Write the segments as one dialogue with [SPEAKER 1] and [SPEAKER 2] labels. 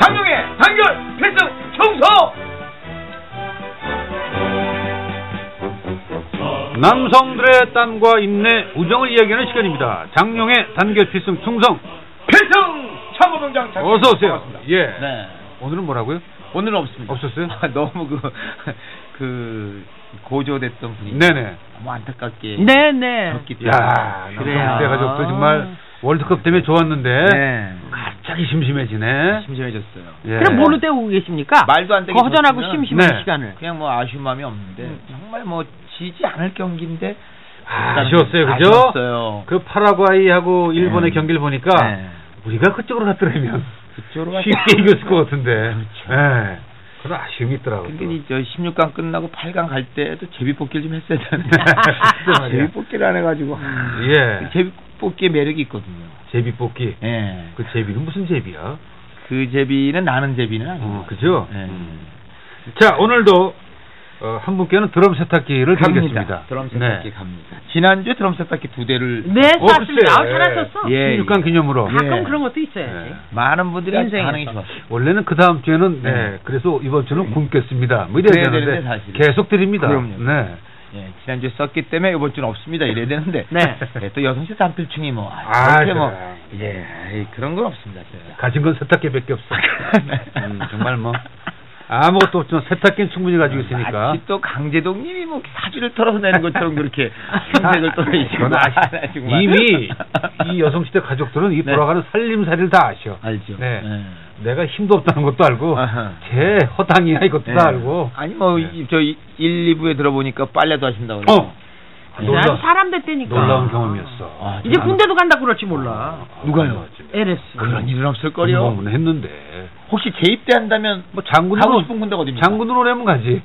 [SPEAKER 1] 장룡의 단결 필승 청소
[SPEAKER 2] 남성들의 땀과 인내, 우정을 이야기하는 시간입니다. 장룡의 단결 필승 충성.
[SPEAKER 1] 필승 참모병장 장룡
[SPEAKER 2] 어서 오세요.
[SPEAKER 1] 반갑습니다.
[SPEAKER 2] 예.
[SPEAKER 3] 네.
[SPEAKER 2] 오늘은 뭐라고요?
[SPEAKER 3] 오늘은 없습니다.
[SPEAKER 2] 없었어요?
[SPEAKER 3] 아, 너무 그, 그, 고조됐던 분이.
[SPEAKER 2] 네네.
[SPEAKER 3] 너무 안타깝게.
[SPEAKER 4] 네네.
[SPEAKER 3] 기 때문에.
[SPEAKER 2] 야,
[SPEAKER 3] 그래요.
[SPEAKER 2] 남성대 가족들 정말 월드컵 때문에 좋았는데
[SPEAKER 3] 네.
[SPEAKER 2] 갑자기 심심해지네.
[SPEAKER 3] 심심해졌어요.
[SPEAKER 2] 예.
[SPEAKER 4] 그럼 뭘로 때우고 계십니까?
[SPEAKER 3] 말도 안 되게
[SPEAKER 4] 그 허전하고
[SPEAKER 3] 좋지만
[SPEAKER 4] 심심한
[SPEAKER 2] 네.
[SPEAKER 4] 시간을.
[SPEAKER 3] 그냥 뭐 아쉬운 마음이 네. 없는데 정말 뭐 지지 않을 경기인데
[SPEAKER 2] 아, 쉬웠어요 그죠?
[SPEAKER 3] 아쉬웠어요.
[SPEAKER 2] 그 파라과이하고 일본의
[SPEAKER 3] 네.
[SPEAKER 2] 경기를 보니까
[SPEAKER 3] 네.
[SPEAKER 2] 우리가 그쪽으로 갔더라면
[SPEAKER 3] 그쪽으로 가서
[SPEAKER 2] 쉽게 이겼을 것 같은데.
[SPEAKER 3] 그렇죠.
[SPEAKER 2] 예. 그런 아쉬움이 있더라고요.
[SPEAKER 3] 근데 그러니까 이제 16강 끝나고 8강 갈 때도 제비 뽑기를 좀 했어야
[SPEAKER 2] 글쎄
[SPEAKER 3] 되는데
[SPEAKER 2] 말이야.
[SPEAKER 3] 제비 뽑기를 안 해가지고
[SPEAKER 2] 예.
[SPEAKER 3] 제비 뽑기의 매력이 있거든요.
[SPEAKER 2] 제비 뽑기.
[SPEAKER 3] 예.
[SPEAKER 2] 그 제비는 무슨 제비야?
[SPEAKER 3] 그 제비는 나는 제비는 아니고.
[SPEAKER 2] 어, 그죠?
[SPEAKER 3] 예.
[SPEAKER 2] 자, 오늘도 어, 한 분께는 드럼 세탁기를
[SPEAKER 3] 갑니다.
[SPEAKER 2] 드리겠습니다.
[SPEAKER 3] 드럼 세탁기
[SPEAKER 2] 네.
[SPEAKER 3] 갑니다. 지난주에 드럼 세탁기 두 대를
[SPEAKER 4] 네,
[SPEAKER 2] 어,
[SPEAKER 4] 맞습니다. 아,
[SPEAKER 2] 글쎄요.
[SPEAKER 4] 잘하셨어.
[SPEAKER 3] 예.
[SPEAKER 2] 16강 기념으로.
[SPEAKER 4] 가끔
[SPEAKER 3] 예.
[SPEAKER 4] 그런 것도 있어야지.
[SPEAKER 2] 예.
[SPEAKER 3] 많은 분들이 아주
[SPEAKER 4] 인생에서.
[SPEAKER 3] 반응이 좋았어요.
[SPEAKER 2] 원래는 그 다음 주에는 네.
[SPEAKER 3] 네.
[SPEAKER 2] 그래서 이번 주는 굶겠습니다. 뭐 이래야
[SPEAKER 3] 그래야
[SPEAKER 2] 되는데,
[SPEAKER 3] 되는데 사실은.
[SPEAKER 2] 계속 드립니다.
[SPEAKER 3] 그럼요.
[SPEAKER 2] 네.
[SPEAKER 3] 예, 지난주에 썼기 때문에 이번 주는 없습니다. 이래야 되는데.
[SPEAKER 4] 네.
[SPEAKER 3] 예, 또 여성시 단필충이 뭐.
[SPEAKER 2] 아,
[SPEAKER 3] 그렇게 뭐.
[SPEAKER 2] 그래요.
[SPEAKER 3] 예, 아이, 그런 건 없습니다. 진짜.
[SPEAKER 2] 가진 건 세탁기밖에 없어. 음, 정말 뭐 아무것도 없지만 세탁기는 충분히 가지고
[SPEAKER 3] 음,
[SPEAKER 2] 있으니까.
[SPEAKER 3] 마치 또 강제동님이 뭐 사주를 털어서 내는 것처럼 그렇게 흰색을 떠내시고
[SPEAKER 2] 그건 아시- 이미 이 여성시대 가족들은 이
[SPEAKER 3] 네.
[SPEAKER 2] 돌아가는 살림살이를 다 아셔.
[SPEAKER 3] 알죠.
[SPEAKER 2] 네.
[SPEAKER 3] 네.
[SPEAKER 2] 내가 힘도 없다는 것도 알고,
[SPEAKER 3] 아하.
[SPEAKER 2] 제 허당이야 이것도
[SPEAKER 3] 네.
[SPEAKER 2] 다 알고.
[SPEAKER 3] 아니 뭐
[SPEAKER 2] 네.
[SPEAKER 3] 이- 저 이- 1, 2부에 들어보니까 빨래도 하신다고 그래요.
[SPEAKER 2] 어. 놀라,
[SPEAKER 4] 아주 사람 됐다니까.
[SPEAKER 2] 놀라운 경험이었어.
[SPEAKER 3] 아,
[SPEAKER 4] 이제 군대도 간다 그럴지 몰라.
[SPEAKER 2] 누가요?
[SPEAKER 4] LS.
[SPEAKER 3] 그런 일은 없을 거요.
[SPEAKER 2] 공무원 했는데.
[SPEAKER 3] 혹시 재입대한다면
[SPEAKER 2] 뭐 장군으로
[SPEAKER 3] 하고 싶은 군대가 어딥니까?
[SPEAKER 2] 장군으로 내면 가지.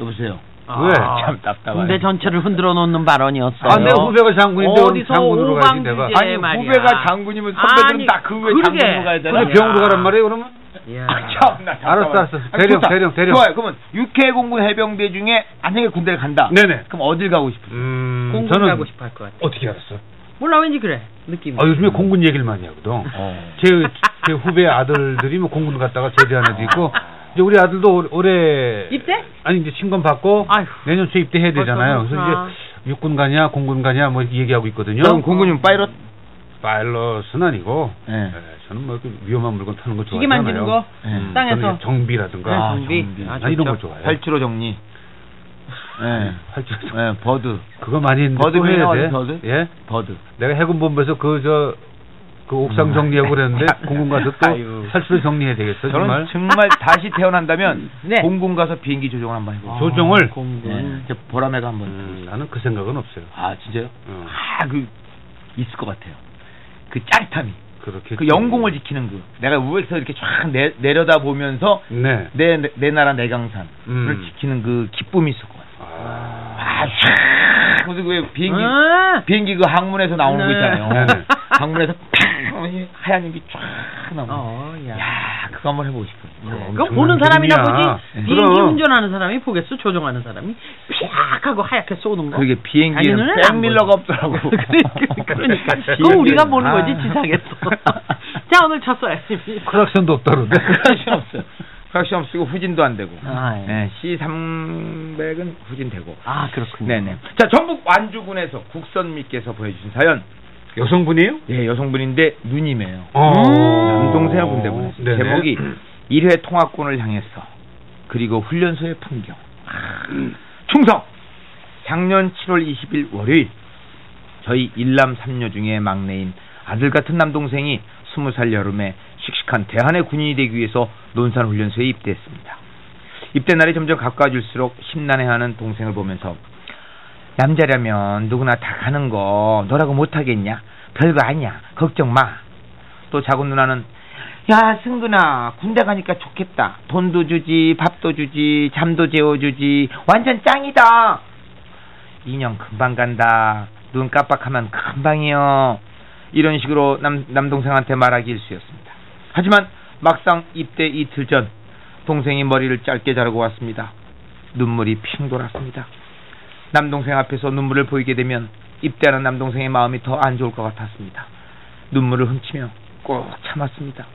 [SPEAKER 3] 여보세요.
[SPEAKER 2] 왜?
[SPEAKER 4] 아.
[SPEAKER 3] 참 답답하네.
[SPEAKER 4] 군대 전체를 흔들어 놓는 발언이었어요.
[SPEAKER 2] 아, 내 후배가 장군인데 오늘
[SPEAKER 4] 어디서
[SPEAKER 2] 장군으로 가야지
[SPEAKER 4] 오방주제.
[SPEAKER 2] 내가.
[SPEAKER 3] 예, 아니
[SPEAKER 4] 예, 말이야.
[SPEAKER 3] 후배가 장군이면 선배들은
[SPEAKER 4] 아니,
[SPEAKER 3] 다 그 후에
[SPEAKER 4] 그러게.
[SPEAKER 3] 장군으로 가야 되나?
[SPEAKER 2] 근데 병으로 가란 말이에요 그러면?
[SPEAKER 4] 야.
[SPEAKER 3] 아, 참나 답답하네.
[SPEAKER 2] 알았어, 알았어.
[SPEAKER 3] 아,
[SPEAKER 2] 대령,
[SPEAKER 3] 좋다.
[SPEAKER 2] 대령, 대령.
[SPEAKER 3] 좋아요. 그러면 육해공군 해병대 중에 안녕에 군대를 간다.
[SPEAKER 2] 네네.
[SPEAKER 3] 그럼 어딜 가고 싶어?
[SPEAKER 2] 음,
[SPEAKER 4] 공군
[SPEAKER 2] 저는
[SPEAKER 4] 가고 싶어 할 것 같아.
[SPEAKER 2] 어떻게 알았어?
[SPEAKER 4] 몰라 왠지 그래. 느낌.
[SPEAKER 2] 아 요즘에 공군 얘기를 많이 하거든.
[SPEAKER 3] 어.
[SPEAKER 2] 제, 제 후배 아들들이 뭐 공군 갔다가 제대한 애도 있고 이제 우리 아들도 올- 올해
[SPEAKER 4] 입대?
[SPEAKER 2] 아니 이제 신검 받고
[SPEAKER 4] 아이고.
[SPEAKER 2] 내년 초에 입대해야 되잖아요.
[SPEAKER 4] 벌써
[SPEAKER 2] 그래서
[SPEAKER 4] 그렇구나.
[SPEAKER 2] 이제 육군 가냐 공군 가냐 뭐 이렇게 얘기하고 있거든요.
[SPEAKER 3] 그럼 공군이면 파이럿.
[SPEAKER 2] 파일럿은 아니고
[SPEAKER 3] 예.
[SPEAKER 2] 예, 저는 뭐그 위험한 물건 타는 거
[SPEAKER 4] 네. 기계
[SPEAKER 2] 좋아하잖아요.
[SPEAKER 4] 만지는 거. 네.
[SPEAKER 3] 음,
[SPEAKER 4] 땅에서.
[SPEAKER 2] 저는 이제 정비라든가
[SPEAKER 4] 아, 정비.
[SPEAKER 3] 정비.
[SPEAKER 4] 아,
[SPEAKER 2] 난 이런
[SPEAKER 4] 좋죠.
[SPEAKER 2] 거 좋아해요. 네.
[SPEAKER 3] 활주로 정리.
[SPEAKER 4] 네.
[SPEAKER 3] 예.
[SPEAKER 2] 활주로 정리.
[SPEAKER 3] 예, 버드.
[SPEAKER 2] 그거 많이 했는데
[SPEAKER 3] 버드
[SPEAKER 2] 또 해야
[SPEAKER 3] 배워야
[SPEAKER 2] 돼.
[SPEAKER 3] 돼, 버드?
[SPEAKER 2] 예.
[SPEAKER 3] 버드.
[SPEAKER 2] 내가 해군 본부에서 그 저 그 옥상
[SPEAKER 3] 음.
[SPEAKER 2] 정리하고 그랬는데 공군 가서
[SPEAKER 3] 아이고.
[SPEAKER 2] 또 살수를 정리해야 되겠어 정말.
[SPEAKER 3] 저는 정말 다시 태어난다면
[SPEAKER 4] 네.
[SPEAKER 3] 공군 가서 비행기 조종을 한번 해보고.
[SPEAKER 2] 조정을
[SPEAKER 3] 네. 저 보람에가 한번.
[SPEAKER 2] 음, 나는 그 생각은 없어요.
[SPEAKER 3] 아 진짜요?
[SPEAKER 2] 어.
[SPEAKER 3] 아그 있을 것 같아요. 그 짜릿함이.
[SPEAKER 2] 그렇게
[SPEAKER 3] 그 영공을 지키는 그. 내가 우에서 이렇게 쫙 내, 내려다 보면서
[SPEAKER 2] 네.
[SPEAKER 3] 내 내 나라 내강산을
[SPEAKER 2] 음.
[SPEAKER 3] 지키는 그 기쁨이 있을 것 같아요.
[SPEAKER 2] 아.
[SPEAKER 3] 아쫙 그래서 그 비행기
[SPEAKER 4] 아,
[SPEAKER 3] 비행기 그 항문에서 나오는 거
[SPEAKER 4] 네.
[SPEAKER 3] 있잖아요.
[SPEAKER 2] 네, 네.
[SPEAKER 3] 항문에서 팍 하면 하얀 입이 쫙 나오는.
[SPEAKER 4] 어, 야. 네.
[SPEAKER 3] 야 그거 한번 해보고 싶어요.
[SPEAKER 2] 엄청난
[SPEAKER 4] 그거 보는 사람이나
[SPEAKER 2] 기분이야.
[SPEAKER 4] 보지 네. 비행기
[SPEAKER 2] 그럼.
[SPEAKER 4] 운전하는 사람이 보겠어 조종하는 사람이 피악 하고 하얗게 쏘는 거
[SPEAKER 3] 어, 그게
[SPEAKER 4] 자기
[SPEAKER 3] 비행기는
[SPEAKER 4] 눈에는 안
[SPEAKER 3] 백밀러가
[SPEAKER 4] 보여.
[SPEAKER 3] 없더라고. 아.
[SPEAKER 4] 그러니까, 그러니까. 그거 우리가 보는 거지 지상에서 자 오늘 첫 사연입니다
[SPEAKER 2] 크락션도 없다는데.
[SPEAKER 3] 크락션 없어요. 크락션 없고 후진도 안 되고.
[SPEAKER 4] 아, 예.
[SPEAKER 3] 네, C300은 후진되고.
[SPEAKER 4] 아 그렇군요
[SPEAKER 3] 네네. 자, 전북 완주군에서 국선미께서 보내주신 사연.
[SPEAKER 2] 여성분이에요?
[SPEAKER 3] 예, 여성분인데 누님이에요.
[SPEAKER 2] 어.
[SPEAKER 3] 남동생을 군대 보냈어요.
[SPEAKER 2] 네네.
[SPEAKER 3] 제목이 1회 통합군을 향해서 그리고 훈련소의 풍경. 아, 충성. 작년 7월 20일 월요일 저희 일남 삼녀 중에 막내인 아들 같은 남동생이 20살 여름에 씩씩한 대한의 군인이 되기 위해서 논산 훈련소에 입대했습니다. 입대 날이 점점 가까워질수록 심란해하는 동생을 보면서 남자라면 누구나 다 가는 거 너라고 못하겠냐? 별거 아니야. 걱정 마. 또 작은 누나는 야 승근아 군대 가니까 좋겠다 돈도 주지 밥도 주지 잠도 재워주지 완전 짱이다 인형 금방 간다 눈 깜빡하면 금방이요 이런 식으로 남, 남동생한테 말하기 일쑤였습니다 하지만 막상 입대 이틀 전 동생이 머리를 짧게 자르고 왔습니다 눈물이 핑 돌았습니다 남동생 앞에서 눈물을 보이게 되면 입대하는 남동생의 마음이 더 안 좋을 것 같았습니다 눈물을 훔치며 꼭 참았습니다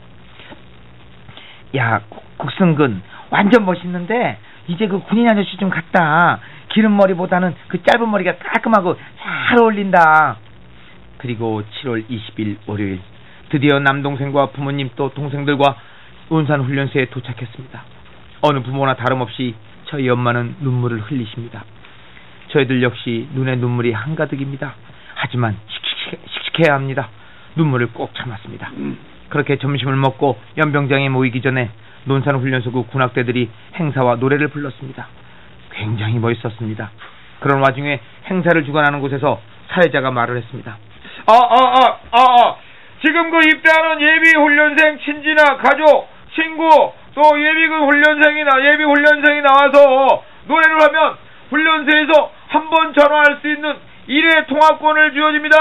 [SPEAKER 3] 야 국- 국승근 완전 멋있는데 이제 그 군인 아저씨 좀 같다 기름 머리보다는 그 짧은 머리가 깔끔하고 잘 어울린다 그리고 7월 20일 월요일 드디어 남동생과 부모님 또 동생들과 운산 훈련소에 도착했습니다 어느 부모나 다름없이 저희 엄마는 눈물을 흘리십니다 저희들 역시 눈에 눈물이 한가득입니다 하지만 씩씩해- 씩씩해야 합니다 눈물을 꼭 참았습니다 그렇게 점심을 먹고 연병장에 모이기 전에 논산훈련소구 군악대들이 행사와 노래를 불렀습니다. 굉장히 멋있었습니다. 그런 와중에 행사를 주관하는 곳에서 사회자가 말을 했습니다.
[SPEAKER 1] 아, 아, 아, 아, 아. 지금 그 입대하는 예비 훈련생 친지나 가족, 친구, 또 예비군 그 훈련생이나 예비 훈련생이 나와서 노래를 하면 훈련소에서 한 번 전화할 수 있는 일회 통화권을 주어집니다.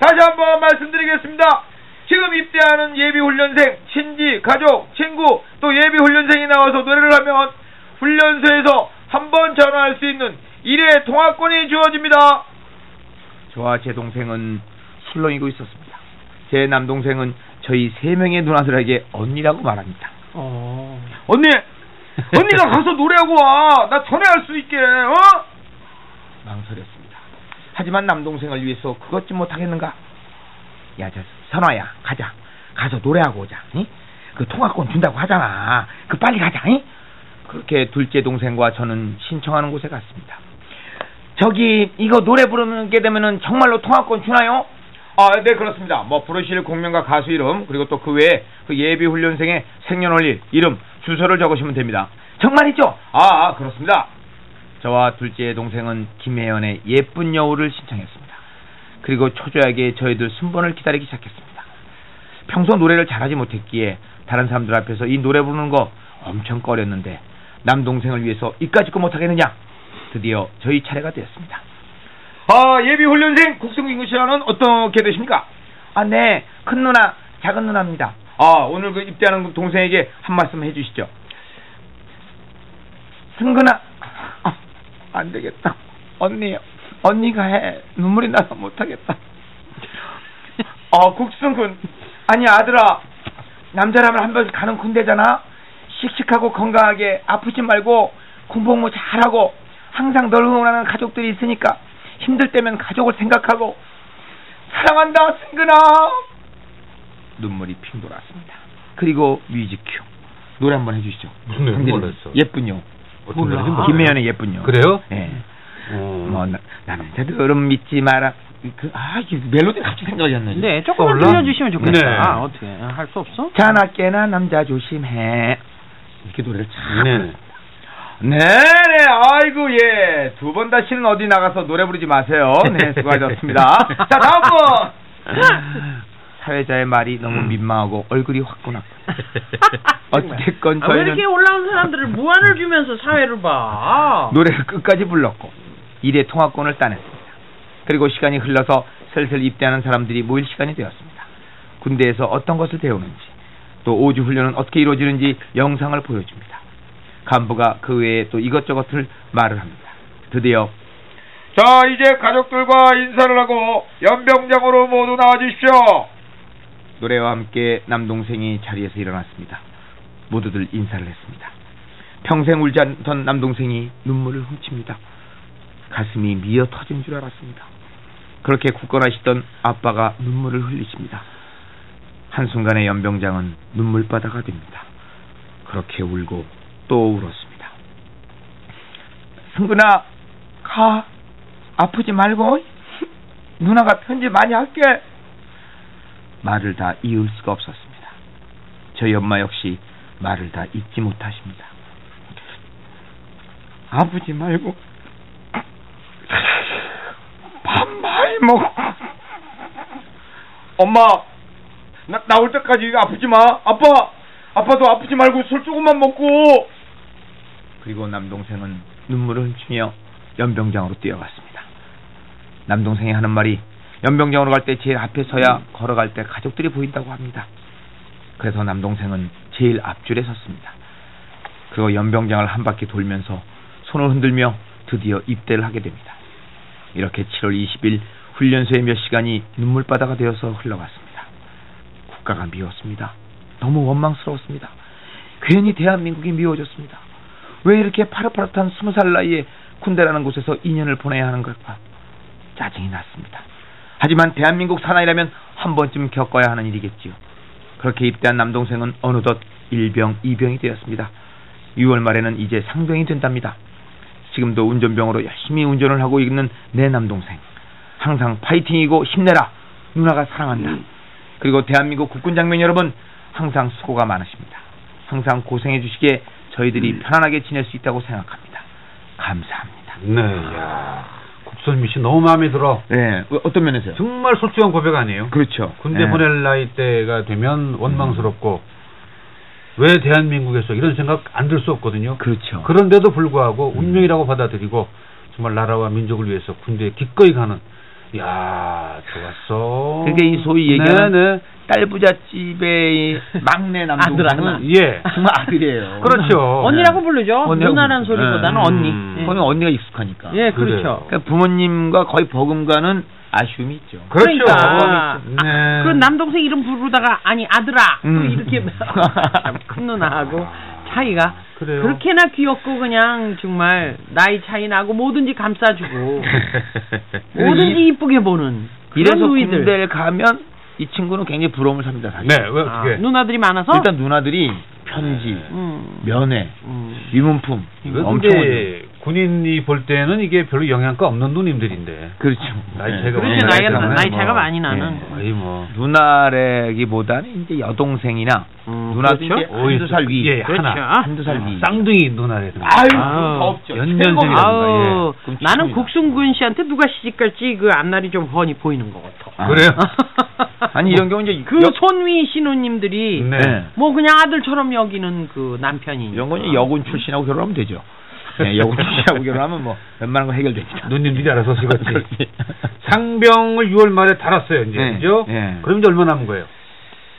[SPEAKER 1] 다시 한 번 말씀드리겠습니다. 지금 입대하는 예비 훈련생, 친지, 가족, 친구, 또 예비 훈련생이 나와서 노래를 하면 훈련소에서 한 번 전화할 수 있는 일회 통화권이 주어집니다.
[SPEAKER 3] 저와 제 동생은 술렁이고 있었습니다. 제 남동생은 저희 세 명의 누나들에게 언니라고 말합니다.
[SPEAKER 4] 어.
[SPEAKER 1] 언니, 언니가 가서 노래하고 와. 나 전화할 수 있게, 어?
[SPEAKER 3] 망설였습니다. 하지만 남동생을 위해서 그것 좀 못하겠는가? 야, 저 선화야, 가자. 가서 노래하고 오자. 응? 그 통화권 준다고 하잖아. 그 빨리 가자. 응? 그렇게 둘째 동생과 저는 신청하는 곳에 갔습니다. 저기 이거 노래 부르게 되면은 정말로 통화권 주나요? 아, 네 그렇습니다. 뭐 부르실 공명과 가수 이름 그리고 또 그 외에 그 예비 훈련생의 생년월일, 이름, 주소를 적으시면 됩니다. 정말이죠? 아, 아 그렇습니다. 저와 둘째 동생은 김혜연의 예쁜 여우를 신청했습니다. 그리고 초조하게 저희들 순번을 기다리기 시작했습니다. 평소 노래를 잘하지 못했기에 다른 사람들 앞에서 이 노래 부르는 거 엄청 꺼렸는데 남동생을 위해서 이까짓거 못하겠느냐? 드디어 저희 차례가 되었습니다. 어,
[SPEAKER 1] 아, 예비 훈련생 국승민 씨와는 어떻게 되십니까?
[SPEAKER 3] 아, 네. 큰 누나, 작은 누나입니다.
[SPEAKER 1] 아, 오늘 그 입대하는 그 동생에게 한 말씀 해주시죠.
[SPEAKER 3] 승근아, 아, 안 되겠다. 언니, 언니가 해. 눈물이 나서 못하겠다. 어,
[SPEAKER 1] 아, 국승군.
[SPEAKER 3] 아니 아들아 남자라면 한 번씩 가는 군대잖아 씩씩하고 건강하게 아프지 말고 군복무 잘하고 항상 널 응원하는 가족들이 있으니까 힘들 때면 가족을 생각하고 사랑한다 승근아 눈물이 핑 돌았습니다 그리고 뮤직큐 노래 한번 해주시죠
[SPEAKER 2] 무슨 노래?
[SPEAKER 3] 강대리,
[SPEAKER 2] 뭘로 했어?
[SPEAKER 3] 예쁜요
[SPEAKER 2] 어떤 노래인지 몰라.
[SPEAKER 3] 김혜연의 예쁜요
[SPEAKER 2] 그래요?
[SPEAKER 3] 예.
[SPEAKER 2] 어.
[SPEAKER 3] 뭐 나, 남자들은 믿지 마라 그, 아 이게 멜로디가 갑자기 생각이 안 나네
[SPEAKER 4] 네, 조금만
[SPEAKER 2] 떠올라?
[SPEAKER 4] 들려주시면 좋겠다.
[SPEAKER 2] 네.
[SPEAKER 4] 아, 어떻게 할 수 없어?
[SPEAKER 3] 자나 깨나 남자 조심해. 이렇게 노래를 참.
[SPEAKER 2] 네.
[SPEAKER 3] 네네, 아이고, 예. 두 번 다시는 어디 나가서 노래 부르지 마세요. 네, 수고하셨습니다. 자, 다음 분! 사회자의 말이 너무
[SPEAKER 2] 음.
[SPEAKER 3] 민망하고 얼굴이 화끈화끈. 어쨌건
[SPEAKER 4] 아, 왜
[SPEAKER 3] 저희는
[SPEAKER 4] 이렇게 올라온 사람들을 무한을 주면서 사회를 봐?
[SPEAKER 3] 노래를 끝까지 불렀고, 일회 통화권을 따냈습니다. 그리고 시간이 흘러서 슬슬 입대하는 사람들이 모일 시간이 되었습니다. 군대에서 어떤 것을 배우는지, 또 5주 훈련은 어떻게 이루어지는지 영상을 보여줍니다. 간부가 그 외에 또 이것저것을 말을 합니다. 드디어
[SPEAKER 1] 자, 이제 가족들과 인사를 하고 연병장으로 모두 나와 주십시오.
[SPEAKER 3] 노래와 함께 남동생이 자리에서 일어났습니다. 모두들 인사를 했습니다. 평생 울지 않던 남동생이 눈물을 훔칩니다. 가슴이 미어 터진 줄 알았습니다. 그렇게 굳건하시던 아빠가 눈물을 흘리십니다. 한순간에 연병장은 눈물바다가 됩니다. 그렇게 울고 또 울었습니다. 승근아, 가. 아프지 말고. 누나가 편지 많이 할게. 말을 다 이을 수가 없었습니다. 저희 엄마 역시 말을 다 잊지 못하십니다. 아프지 말고 밥 많이 먹어. 엄마
[SPEAKER 1] 나, 나올 때까지 아프지 마. 아빠, 아빠도 아프지 말고 술 조금만 먹고.
[SPEAKER 3] 그리고 남동생은 눈물을 훔치며 연병장으로 뛰어갔습니다. 남동생이 하는 말이 연병장으로 갈 때 제일 앞에 서야 걸어갈 때 가족들이 보인다고 합니다. 그래서 남동생은 제일 앞줄에 섰습니다. 그리고 연병장을 한 바퀴 돌면서 손을 흔들며 드디어 입대를 하게 됩니다. 이렇게 7월 20일 훈련소의 몇 시간이 눈물바다가 되어서 흘러갔습니다. 국가가 미웠습니다. 너무 원망스러웠습니다. 괜히 대한민국이 미워졌습니다. 왜 이렇게 파릇파릇한 스무 살 나이에 군대라는 곳에서 2년을 보내야 하는 걸까 짜증이 났습니다. 하지만 대한민국 사나이라면 한 번쯤 겪어야 하는 일이겠지요. 그렇게 입대한 남동생은 어느덧 일병, 이병이 되었습니다. 6월 말에는 이제 상병이 된답니다. 지금도 운전병으로 열심히 운전을 하고 있는 내 남동생. 항상 파이팅이고 힘내라. 누나가 사랑한다. 그리고 대한민국 국군 장면 여러분 항상 수고가 많으십니다. 항상 고생해 주시기에 저희들이 편안하게 지낼 수 있다고 생각합니다. 감사합니다.
[SPEAKER 2] 네, 야 국선미 씨 너무 마음에 들어.
[SPEAKER 3] 네, 어- 어떤 면에서요?
[SPEAKER 2] 정말 솔직한 고백 아니에요?
[SPEAKER 3] 그렇죠.
[SPEAKER 2] 군대
[SPEAKER 3] 네.
[SPEAKER 2] 보낼 나이 때가 되면 원망스럽고 왜 대한민국에서 이런 생각 안 들 수 없거든요.
[SPEAKER 3] 그렇죠. 음.
[SPEAKER 2] 그런데도 불구하고 운명이라고 받아들이고 정말 나라와 민족을 위해서 군대에 기꺼이 가는 야 좋았어.
[SPEAKER 3] 그게 이 소위 얘기하는
[SPEAKER 2] 네네.
[SPEAKER 3] 딸부잣집의 막내 남동생은
[SPEAKER 4] 아들 하나.
[SPEAKER 2] 예.
[SPEAKER 3] 정말 아들이에요.
[SPEAKER 2] 그렇죠.
[SPEAKER 4] 언니라고 부르죠.
[SPEAKER 3] 언니라고
[SPEAKER 4] 누나라는
[SPEAKER 3] 부르죠.
[SPEAKER 4] 소리보다는
[SPEAKER 3] 네.
[SPEAKER 4] 언니.
[SPEAKER 2] 음.
[SPEAKER 4] 예.
[SPEAKER 3] 거기 예. 언니가 익숙하니까.
[SPEAKER 4] 예,
[SPEAKER 2] 그래요.
[SPEAKER 4] 그렇죠.
[SPEAKER 3] 그러니까 부모님과 거의 버금가는 아쉬움이 있죠.
[SPEAKER 2] 그렇죠.
[SPEAKER 4] 그러니까.
[SPEAKER 2] 네.
[SPEAKER 4] 그 남동생 이름 부르다가 아니 아들아 또
[SPEAKER 3] 음.
[SPEAKER 4] 이렇게 참, 큰 누나하고 차이가
[SPEAKER 2] 그래요.
[SPEAKER 4] 그렇게나 귀엽고 그냥 정말 나이 차이 나고 뭐든지 감싸주고 뭐든지 이쁘게 보는 그런
[SPEAKER 3] 이래서
[SPEAKER 4] 누이들
[SPEAKER 3] 군대를 가면 이 친구는 굉장히 부러움을 삽니다. 사실.
[SPEAKER 2] 네, 왜
[SPEAKER 4] 아,
[SPEAKER 2] 어떻게?
[SPEAKER 4] 누나들이 많아서
[SPEAKER 3] 일단 누나들이 편지,
[SPEAKER 4] 음,
[SPEAKER 3] 면회,
[SPEAKER 4] 음.
[SPEAKER 3] 유문품
[SPEAKER 2] 이거
[SPEAKER 3] 엄청 오죠.
[SPEAKER 2] 근데 군인이 볼 때는 이게 별로 영향가 없는 누님들인데.
[SPEAKER 3] 그렇죠.
[SPEAKER 2] 나이
[SPEAKER 3] 네.
[SPEAKER 2] 차이가
[SPEAKER 4] 그렇지
[SPEAKER 2] 음,
[SPEAKER 4] 나이가
[SPEAKER 2] 나이가
[SPEAKER 4] 나이
[SPEAKER 2] 뭐,
[SPEAKER 4] 차이가 많이 나는
[SPEAKER 3] 예.
[SPEAKER 2] 거의 뭐.
[SPEAKER 3] 누나래기보다는 이제 여동생이나
[SPEAKER 4] 음,
[SPEAKER 3] 누나도
[SPEAKER 4] 그렇죠?
[SPEAKER 3] 이제 한두 살 위,
[SPEAKER 2] 예,
[SPEAKER 4] 그렇죠.
[SPEAKER 2] 하나.
[SPEAKER 3] 한두 살 위.
[SPEAKER 2] 쌍둥이 누나래든가.
[SPEAKER 4] 아우.
[SPEAKER 2] 연년생이라든가.
[SPEAKER 4] 아우
[SPEAKER 3] 예. 그럼
[SPEAKER 4] 나는
[SPEAKER 3] 친구야.
[SPEAKER 4] 국순군 씨한테 누가 시집갈지 그 앞날이 좀 훤히 보이는 것 같아.
[SPEAKER 3] 아.
[SPEAKER 2] 그래요?
[SPEAKER 3] 아니 이런 경우 이제
[SPEAKER 4] 그
[SPEAKER 3] 여-
[SPEAKER 4] 손위 신우님들이
[SPEAKER 2] 네.
[SPEAKER 3] 네.
[SPEAKER 4] 뭐 그냥 아들처럼 여기는 그 남편이
[SPEAKER 3] 이런
[SPEAKER 2] 아.
[SPEAKER 3] 건 이제 여군 출신하고 결혼하면 되죠. 네, 여군 출신하고 결혼하면 뭐 웬만한 거 해결됩니다.
[SPEAKER 2] 누님들이 알아서
[SPEAKER 3] 그렇지.
[SPEAKER 2] 쓰겠지. 상병을 6월 말에 달았어요, 이제.
[SPEAKER 3] 네,
[SPEAKER 2] 그죠?
[SPEAKER 3] 네.
[SPEAKER 2] 그럼 이제 얼마 남은 거예요?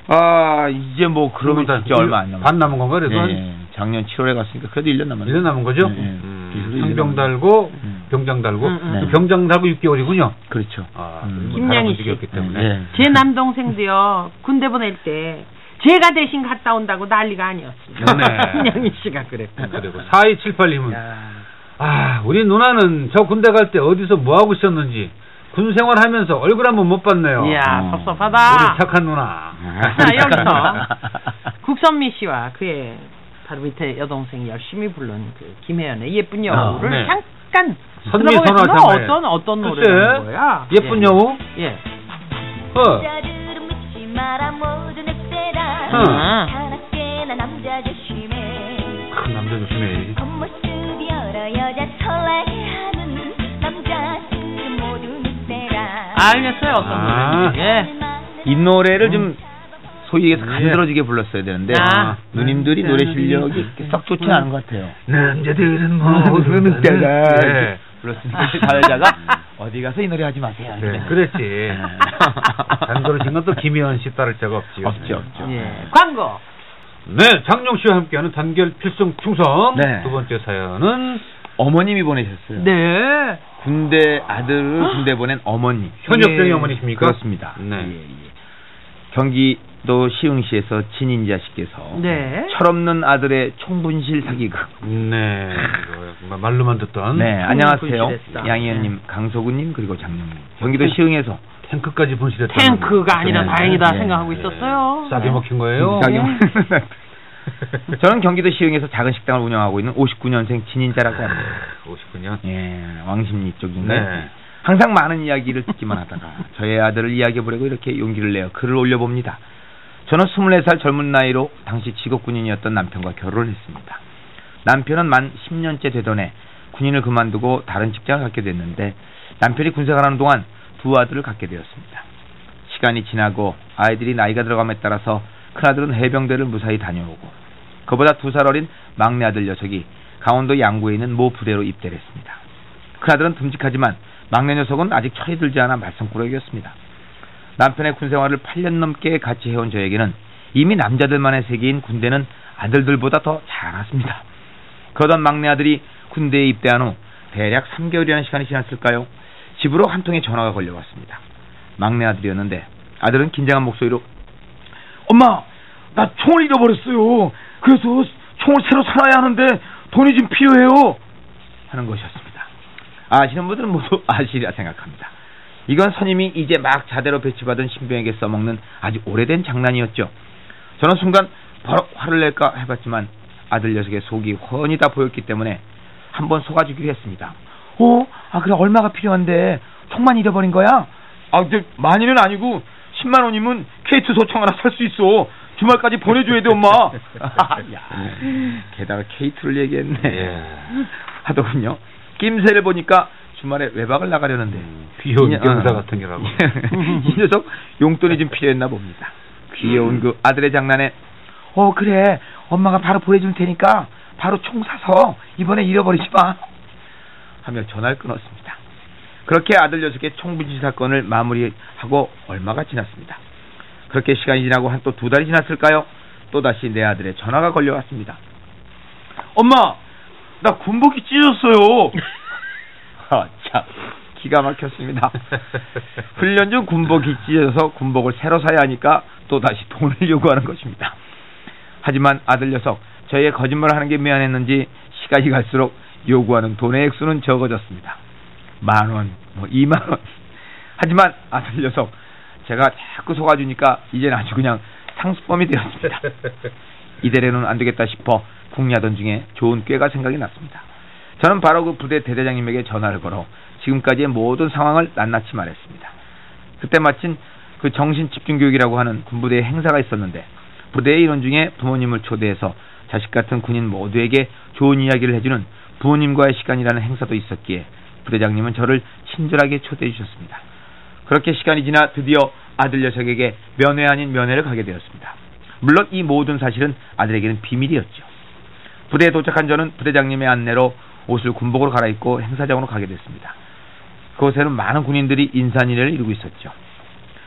[SPEAKER 3] 아 이제 뭐 그러면
[SPEAKER 2] 다
[SPEAKER 3] 진짜 얼마 안 남았어요.
[SPEAKER 2] 반 남은 건가? 그래서
[SPEAKER 3] 예,
[SPEAKER 2] 한
[SPEAKER 3] 예. 작년 7월에 갔으니까 그래도 1년 남았네.
[SPEAKER 2] 1년 남은 거죠?
[SPEAKER 3] 예, 예. 기술이
[SPEAKER 2] 상병
[SPEAKER 3] 일년 남은
[SPEAKER 2] 달고,
[SPEAKER 3] 음.
[SPEAKER 2] 병장 달고.
[SPEAKER 4] 음,
[SPEAKER 3] 음.
[SPEAKER 2] 그 병장 달고 6개월이군요.
[SPEAKER 3] 거. 그렇죠.
[SPEAKER 2] 아,
[SPEAKER 3] 음.
[SPEAKER 4] 김양희 씨.
[SPEAKER 2] 기 때문에.
[SPEAKER 3] 예.
[SPEAKER 4] 제 남동생도요 군대 보낼 때 제가 대신 갔다 온다고 난리가 아니었어요.
[SPEAKER 2] 네.
[SPEAKER 4] 김양희 씨가 그랬구나.
[SPEAKER 2] 그리고 4278님은 아 우리 누나는 저 군대 갈 때 어디서 뭐 하고 있었는지 군 생활하면서 얼굴 한번 못 봤네요.
[SPEAKER 4] 이야
[SPEAKER 3] 음.
[SPEAKER 4] 섭섭하다.
[SPEAKER 2] 우리 착한 누나.
[SPEAKER 4] 자 여기서 아, 국선미 씨와 그의 바로 밑에 여동생이 열심히 부른 그 김혜연의 예쁜 여우를
[SPEAKER 2] 아, 네.
[SPEAKER 4] 잠깐
[SPEAKER 2] 선미
[SPEAKER 4] 들어보겠습니다.
[SPEAKER 2] 선화상가에.
[SPEAKER 4] 어떤 어떤
[SPEAKER 2] 글쎄,
[SPEAKER 4] 노래인 거야?
[SPEAKER 2] 예쁜 여우.
[SPEAKER 4] 예. 예.
[SPEAKER 2] 어.
[SPEAKER 5] 남자들은 묻지 마라 모두
[SPEAKER 2] 응.
[SPEAKER 5] 늑대라
[SPEAKER 4] 아.
[SPEAKER 5] 가나깨나 남자 조심해
[SPEAKER 2] 큰 남자 조심해.
[SPEAKER 5] 겉모습이 얼어 여자 설레게 하는 남자들은 모두 늑대라
[SPEAKER 4] 알겠어요 어떤
[SPEAKER 2] 아.
[SPEAKER 4] 노래인지. 예.
[SPEAKER 3] 이 노래를
[SPEAKER 2] 음.
[SPEAKER 3] 좀 소위 얘기해서
[SPEAKER 2] 예.
[SPEAKER 3] 간드러지게 불렀어야 되는데
[SPEAKER 4] 아.
[SPEAKER 3] 누님들이
[SPEAKER 2] 네.
[SPEAKER 3] 노래 실력이 이렇게 썩
[SPEAKER 2] 음.
[SPEAKER 3] 좋지 않은 것 같아요.
[SPEAKER 2] 남자들은 뭐
[SPEAKER 3] 네.
[SPEAKER 2] 아, 네.
[SPEAKER 3] 불렀으니까 사회자가 어디 가서 이 노래 하지 마세요.
[SPEAKER 2] 네, 그랬지. 단도로진 건또 김희연 씨 따를 자가 없지요.
[SPEAKER 3] 없죠, 없죠.
[SPEAKER 4] 예. 광고.
[SPEAKER 2] 네, 장룡 씨와 함께하는 단결 필승 충성
[SPEAKER 3] 네.
[SPEAKER 2] 두 번째 사연은
[SPEAKER 3] 어머님이 보내셨어요.
[SPEAKER 4] 네.
[SPEAKER 3] 군대 아들을 군대 보낸 어머니.
[SPEAKER 2] 현역병의
[SPEAKER 3] 예.
[SPEAKER 2] 어머니십니까?
[SPEAKER 3] 그렇습니다.
[SPEAKER 2] 네.
[SPEAKER 3] 예, 예. 경기도 시흥시에서 친인자 씨께서
[SPEAKER 4] 네.
[SPEAKER 3] 철없는 아들의 총분실 사기극.
[SPEAKER 2] 네 이거 마- 말로만 듣던
[SPEAKER 3] 네, 안녕하세요.
[SPEAKER 4] 분실했다.
[SPEAKER 2] 네.
[SPEAKER 3] 양희연님, 강소구님 그리고 장님님. 경기도 시흥에서
[SPEAKER 2] 탱크까지 분실했다.
[SPEAKER 4] 탱크가 아니라
[SPEAKER 3] 네.
[SPEAKER 4] 다행이다
[SPEAKER 3] 네.
[SPEAKER 4] 생각하고 있었어요. 네.
[SPEAKER 2] 싸게 먹힌 거예요.
[SPEAKER 3] 음,
[SPEAKER 2] 네.
[SPEAKER 3] 싸게 먹- 저는 경기도 시흥에서 작은 식당을 운영하고 있는 59년생 진인자라고 합니다.
[SPEAKER 2] 59년.
[SPEAKER 3] 예, 왕십리 쪽인가요?
[SPEAKER 2] 네.
[SPEAKER 3] 항상 많은 이야기를 듣기만 하다가 저의 아들을 이야기해 보려고 이렇게 용기를 내어 글을 올려봅니다. 저는 24살 젊은 나이로 당시 직업군인이었던 남편과 결혼했습니다. 남편은 만 10년째 되던 해 군인을 그만두고 다른 직장을 갖게 됐는데 남편이 군생활하는 동안 두 아들을 갖게 되었습니다. 시간이 지나고 아이들이 나이가 들어감에 따라서 큰아들은 해병대를 무사히 다녀오고 그보다 두 살 어린 막내 아들 녀석이 강원도 양구에 있는 모 부대로 입대를 했습니다. 그 큰아들은 듬직하지만 막내 녀석은 아직 철이 들지 않아 말썽꾸러기였습니다. 남편의 군 생활을 8년 넘게 같이 해온 저에게는 이미 남자들만의 세계인 군대는 아들들보다 더 잘 알았습니다. 그러던 막내 아들이 군대에 입대한 후 대략 3개월이라는 시간이 지났을까요? 집으로 한 통의 전화가 걸려왔습니다. 막내 아들이었는데 아들은 긴장한 목소리로 엄마 나 총을 잃어버렸어요. 그래서 총을 새로 사놔야 하는데 돈이 좀 필요해요. 하는 것이었습니다. 아시는 분들은 모두 아시리라 생각합니다. 이건 선임이 이제 막 자대로 배치받은 신병에게 써먹는 아주 오래된 장난이었죠. 저는 순간 바로 화를 낼까 해봤지만 아들 녀석의 속이 훤히 다 보였기 때문에 한번 속아주기로 했습니다. 어? 아 그래 얼마가 필요한데 총만 잃어버린 거야? 아 근데 만일은 아니고 10만 원이면 K2 소총 하나 살 수 있어. 주말까지 보내줘야 돼 엄마. 야, 게다가 K2를 얘기했네.
[SPEAKER 2] 예.
[SPEAKER 3] 하더군요. 낌새를 보니까 주말에 외박을 나가려는데
[SPEAKER 2] 음, 귀여운
[SPEAKER 3] 이 녀-
[SPEAKER 2] 경사
[SPEAKER 3] 어.
[SPEAKER 2] 같은 게라고.
[SPEAKER 3] 이 녀석 용돈이 좀 필요했나 봅니다.
[SPEAKER 2] 음.
[SPEAKER 3] 귀여운 그 아들의 장난에 어 그래 엄마가 바로 보내줄 테니까 바로 총 사서 이번에 잃어버리지 마 하며 전화를 끊었습니다. 그렇게 아들 녀석의 총분진 사건을 마무리하고 얼마가 지났습니다. 그렇게 시간이 지나고 한 또 두 달이 지났을까요? 또다시 내 아들의 전화가 걸려왔습니다. 엄마 나 군복이 찢었어요. 아, 참 기가 막혔습니다. 훈련 중 군복이 찢어져서 군복을 새로 사야 하니까 또다시 돈을 요구하는 것입니다. 하지만 아들 녀석 저희의 거짓말을 하는 게 미안했는지 시간이 갈수록 요구하는 돈의 액수는 적어졌습니다. 만 원, 뭐 이만 원. 하지만 아들 녀석 제가 자꾸 속아주니까 이젠 아주 그냥 상수범이 되었습니다. 이대로는 안 되겠다 싶어 궁리하던 중에 좋은 꾀가 생각이 났습니다. 저는 바로 그 부대 대대장님에게 전화를 걸어 지금까지의 모든 상황을 낱낱이 말했습니다. 그때 마침 그 정신집중교육이라고 하는 군부대의 행사가 있었는데 부대의 일원 중에 부모님을 초대해서 자식 같은 군인 모두에게 좋은 이야기를 해주는 부모님과의 시간이라는 행사도 있었기에 부대장님은 저를 친절하게 초대해 주셨습니다. 그렇게 시간이 지나 드디어 아들 녀석에게 면회 아닌 면회를 가게 되었습니다. 물론 이 모든 사실은 아들에게는 비밀이었죠. 부대에 도착한 저는 부대장님의 안내로 옷을 군복으로 갈아입고 행사장으로 가게 됐습니다. 그곳에는 많은 군인들이 인산인해를 이루고 있었죠.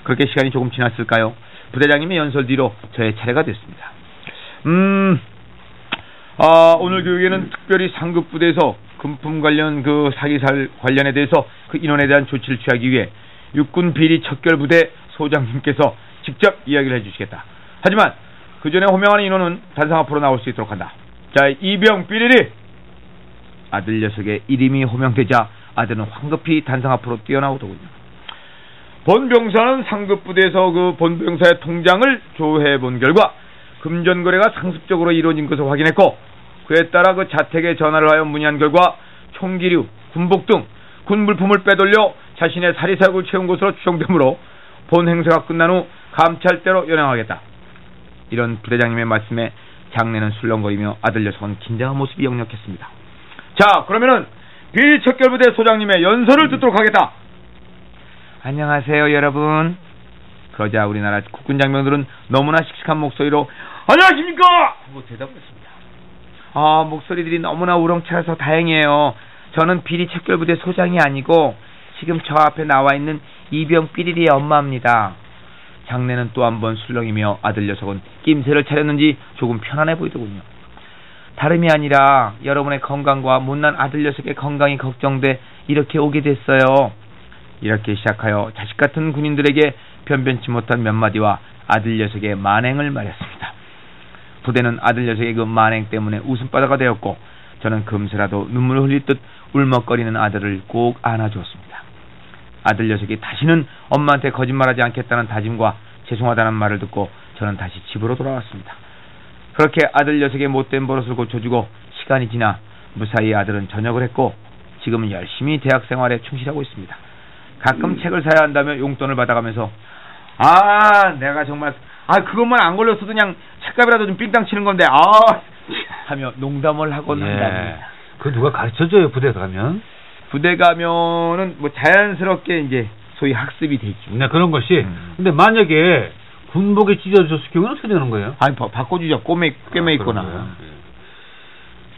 [SPEAKER 3] 그렇게 시간이 조금 지났을까요? 부대장님의 연설 뒤로 저의 차례가 됐습니다. 음, 아, 오늘 교육에는 특별히 상급 부대에서 금품 관련 그 사기살 관련에 대해서 그 인원에 대한 조치를 취하기 위해 육군 비리 척결 부대 소장님께서 직접 이야기를 해주시겠다. 하지만 그 전에 호명하는 인원은 단상 앞으로 나올 수 있도록 한다. 자, 이병 삐리리. 아들 녀석의 이름이 호명되자 아들은 황급히 단상 앞으로 뛰어나오더군요. 본병사는 상급 부대에서 그 본병사의 통장을 조회해 본 결과 금전 거래가 상습적으로 이루어진 것을 확인했고 그에 따라 그 자택에 전화를 하여 문의한 결과 총기류, 군복 등 군 물품을 빼돌려 자신의 사리사욕을 채운 것으로 추정되므로 본 행사가 끝난 후 감찰대로 연행하겠다. 이런 부대장님의 말씀에 장례는 술렁거리며 아들 녀석은 긴장한 모습이 역력했습니다. 자, 그러면은 비리 척결부대 소장님의 연설을 듣도록 하겠다. 안녕하세요, 여러분. 그러자 우리나라 국군 장병들은 너무나 씩씩한 목소리로 안녕하십니까 하고 대답했습니다. 아 목소리들이 너무나 우렁차서 다행이에요. 저는 비리 척결부대 소장이 아니고 지금 저 앞에 나와 있는 이병 삐리리의 엄마입니다. 장례는 또 한 번 술렁이며 아들 녀석은 낌새를 차렸는지 조금 편안해 보이더군요. 다름이 아니라 여러분의 건강과 못난 아들 녀석의 건강이 걱정돼 이렇게 오게 됐어요. 이렇게 시작하여 자식 같은 군인들에게 변변치 못한 몇 마디와 아들 녀석의 만행을 말했습니다. 부대는 아들 녀석의 그 만행 때문에 웃음바다가 되었고 저는 금세라도 눈물을 흘릴 듯 울먹거리는 아들을 꼭 안아주었습니다. 아들 녀석이 다시는 엄마한테 거짓말하지 않겠다는 다짐과 죄송하다는 말을 듣고 저는 다시 집으로 돌아왔습니다. 그렇게 아들 녀석의 못된 버릇을 고쳐주고 시간이 지나 무사히 아들은 전역을 했고 지금은 열심히 대학 생활에 충실하고 있습니다. 가끔 책을 사야 한다며 용돈을 받아가면서 아 내가 정말 아 그것만 안 걸렸어도 그냥 책값이라도 좀 삥땅 치는 건데 아 하며 농담을 하곤
[SPEAKER 2] 예.
[SPEAKER 3] 한답니다.
[SPEAKER 2] 그 누가 가르쳐줘요 부대 가면?
[SPEAKER 3] 부대 가면은 뭐 자연스럽게 이제 소위 학습이 되죠.
[SPEAKER 2] 네, 그런 것이.
[SPEAKER 3] 음.
[SPEAKER 2] 근데 만약에 군복에 찢어졌을 경우는 어떻게 되는 거예요?
[SPEAKER 3] 아니 바, 바꿔주죠. 꼬매 아, 꿰매 있거나.
[SPEAKER 2] 그런 거예요. 네.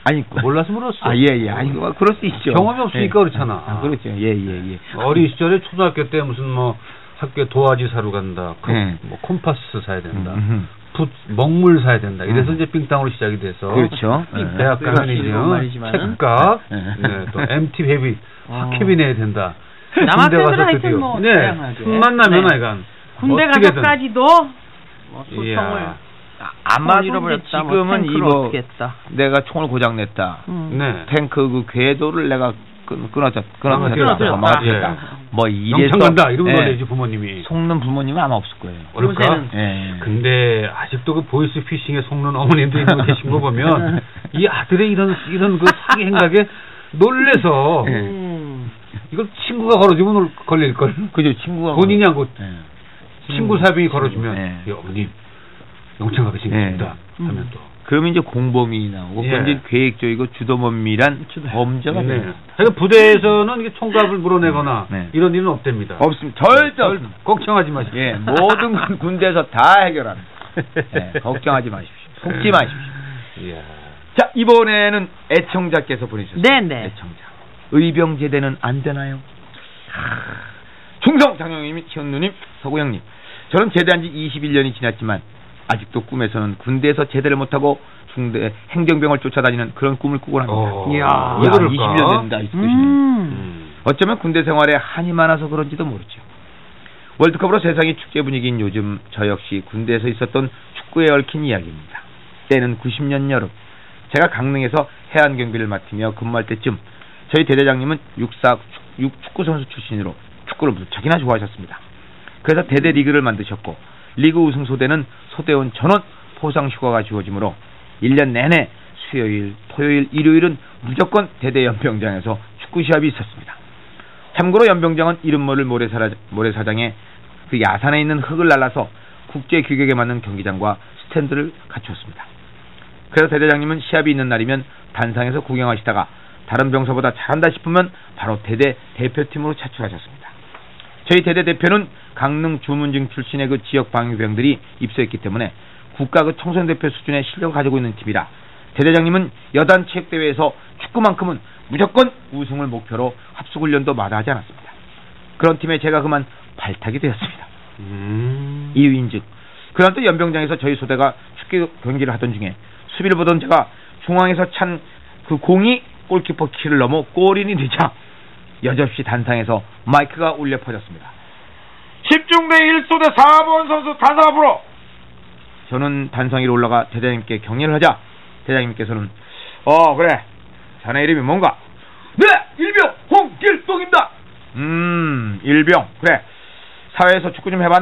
[SPEAKER 3] 아니
[SPEAKER 2] 몰라서 물었어.
[SPEAKER 3] 아 예예. 아니 뭐 그럴 수 있죠.
[SPEAKER 2] 경험이 없으니까
[SPEAKER 3] 예.
[SPEAKER 2] 그렇잖아.
[SPEAKER 3] 아, 그렇죠. 예예 예. 예.
[SPEAKER 2] 어린 시절에 초등학교 때 무슨 뭐 학교 도화지 사러 간다. 컴,
[SPEAKER 3] 네.
[SPEAKER 2] 뭐 콤파스 사야 된다.
[SPEAKER 3] 음,
[SPEAKER 2] 붓, 먹물 사야 된다. 이래서
[SPEAKER 3] 음.
[SPEAKER 2] 이제 빙땅으로 시작이 돼서
[SPEAKER 3] 그렇죠.
[SPEAKER 2] 이 대학
[SPEAKER 4] 네.
[SPEAKER 2] 가면 이제
[SPEAKER 4] 이런 말이지만은. 예.
[SPEAKER 2] 책각,
[SPEAKER 3] 네.
[SPEAKER 2] 네, 또 MT 회비,
[SPEAKER 4] 어.
[SPEAKER 2] 학회비 내야 된다. 군대
[SPEAKER 4] 남학생들은
[SPEAKER 2] 가서
[SPEAKER 4] 하여튼
[SPEAKER 2] 드디어.
[SPEAKER 4] 뭐
[SPEAKER 2] 네,
[SPEAKER 4] 다양하게.
[SPEAKER 2] 만나면
[SPEAKER 4] 네.
[SPEAKER 2] 아이간
[SPEAKER 4] 군대
[SPEAKER 2] 어떻게든.
[SPEAKER 4] 가서까지도 뭐 소통을
[SPEAKER 2] 이야.
[SPEAKER 3] 아마
[SPEAKER 4] 손
[SPEAKER 3] 잃어버렸다.
[SPEAKER 4] 찢지
[SPEAKER 3] 뭐
[SPEAKER 4] 못한
[SPEAKER 3] 탱크를
[SPEAKER 4] 그런
[SPEAKER 3] 뭐-
[SPEAKER 4] 어떻겠다.
[SPEAKER 3] 내가 총을 고장 냈다.
[SPEAKER 4] 음.
[SPEAKER 2] 네.
[SPEAKER 3] 탱크 그 궤도를 내가 끊, 끊어졌
[SPEAKER 2] 끊어졌다.
[SPEAKER 3] 끊어졌다.
[SPEAKER 2] 예.
[SPEAKER 3] 막았다. 뭐 이래서
[SPEAKER 2] 영창 간다 이러면
[SPEAKER 3] 예.
[SPEAKER 2] 놀래지 부모님이.
[SPEAKER 3] 속는 부모님은 아마 없을 거예요.
[SPEAKER 2] 어렵까?
[SPEAKER 4] 요새는.
[SPEAKER 3] 예.
[SPEAKER 2] 근데 아직도 그 보이스 피싱에 속는 어머님들이 있는 거 계신 거 보면 이 아들의 이런 이런 그 사기 행각에 놀래서
[SPEAKER 3] 예.
[SPEAKER 4] 음.
[SPEAKER 2] 이걸 친구가 걸어주면 걸릴 걸.
[SPEAKER 3] 그죠 친구가
[SPEAKER 2] 본인이 한거
[SPEAKER 3] 예.
[SPEAKER 2] 친구 사병이 걸어주면
[SPEAKER 3] 예.
[SPEAKER 2] 예, 어머님 영창 가게
[SPEAKER 3] 네.
[SPEAKER 2] 생겼다
[SPEAKER 4] 예.
[SPEAKER 3] 음.
[SPEAKER 2] 하면 또
[SPEAKER 3] 그러면 이제 공범이 나오고
[SPEAKER 2] 예.
[SPEAKER 3] 범죄 계획적이고 주도면밀한 범죄가
[SPEAKER 2] 네.
[SPEAKER 3] 됩니다.
[SPEAKER 2] 하여튼 부대에서는 이게 총갑을 물어내거나
[SPEAKER 3] 네.
[SPEAKER 2] 이런 일은 없답니다. 네.
[SPEAKER 3] 없습니다. 절대
[SPEAKER 2] 절-
[SPEAKER 3] 없습니다.
[SPEAKER 2] 걱정하지 마시고.
[SPEAKER 3] 예, 모든 건 군대에서 다 해결합니다. 예, 걱정하지 마십시오. 속지 마십시오.
[SPEAKER 2] 이야.
[SPEAKER 3] 자, 이번에는 애청자께서 보내주셨어요.
[SPEAKER 4] 네네.
[SPEAKER 3] 애청자. 의병 제대는 안 되나요? 충성 장영님이 현누님 서구영님. 저는 제대한 지 21년이 지났지만 아직도 꿈에서는 군대에서 제대를 못하고 중대 행정병을 쫓아다니는 그런 꿈을 꾸곤 합니다.
[SPEAKER 2] 어,
[SPEAKER 4] 이야.
[SPEAKER 2] 왜
[SPEAKER 3] 야,
[SPEAKER 2] 그럴까?
[SPEAKER 3] 20년 된다 이 소식이.
[SPEAKER 4] 음.
[SPEAKER 2] 음.
[SPEAKER 3] 어쩌면 군대 생활에 한이 많아서 그런지도 모르죠. 월드컵으로 세상이 축제 분위기인 요즘 저 역시 군대에서 있었던 축구에 얽힌 이야기입니다. 때는 90년 여름. 제가 강릉에서 해안 경비를 맡으며 근무할 때쯤 저희 대대장님은 육사 축- 육- 축구 선수 출신으로 축구를 무척이나 좋아하셨습니다. 그래서 대대 리그를 만드셨고 리그 우승 소대는 소대원 전원 포상 휴가가 주어지므로 1년 내내 수요일, 토요일, 일요일은 무조건 대대 연병장에서 축구 시합이 있었습니다. 참고로 연병장은 이름 모를 모래사라, 모래사장에 그 야산에 있는 흙을 날라서 국제 규격에 맞는 경기장과 스탠드를 갖추었습니다. 그래서 대대장님은 시합이 있는 날이면 단상에서 구경하시다가 다른 병사보다 잘한다 싶으면 바로 대대 대표팀으로 차출하셨습니다. 저희 대대 대표는 강릉 주문증 출신의 그 지역 방위병들이 입소했기 때문에 국가 그 청소년 대표 수준의 실력을 가지고 있는 팀이라 대대장님은 여단 체육대회에서 축구만큼은 무조건 우승을 목표로 합숙훈련도 마다하지 않았습니다. 그런 팀에 제가 그만 발탁이 되었습니다.
[SPEAKER 2] 음.
[SPEAKER 3] 이유인즉 그날 또 연병장에서 저희 소대가 축구 경기를 하던 중에 수비를 보던 제가 중앙에서 찬 그 공이 골키퍼 키를 넘어 골인이 되자 여지없이 단상에서 마이크가 울려 퍼졌습니다.
[SPEAKER 1] 10중대 1소대 4번 선수 다사 앞으로
[SPEAKER 3] 저는 단상 위로 올라가 대장님께 경례를 하자 대장님께서는 어 그래 자네 이름이 뭔가
[SPEAKER 1] 네 일병 홍길동입니다
[SPEAKER 3] 음 일병 그래 사회에서 축구 좀 해봤나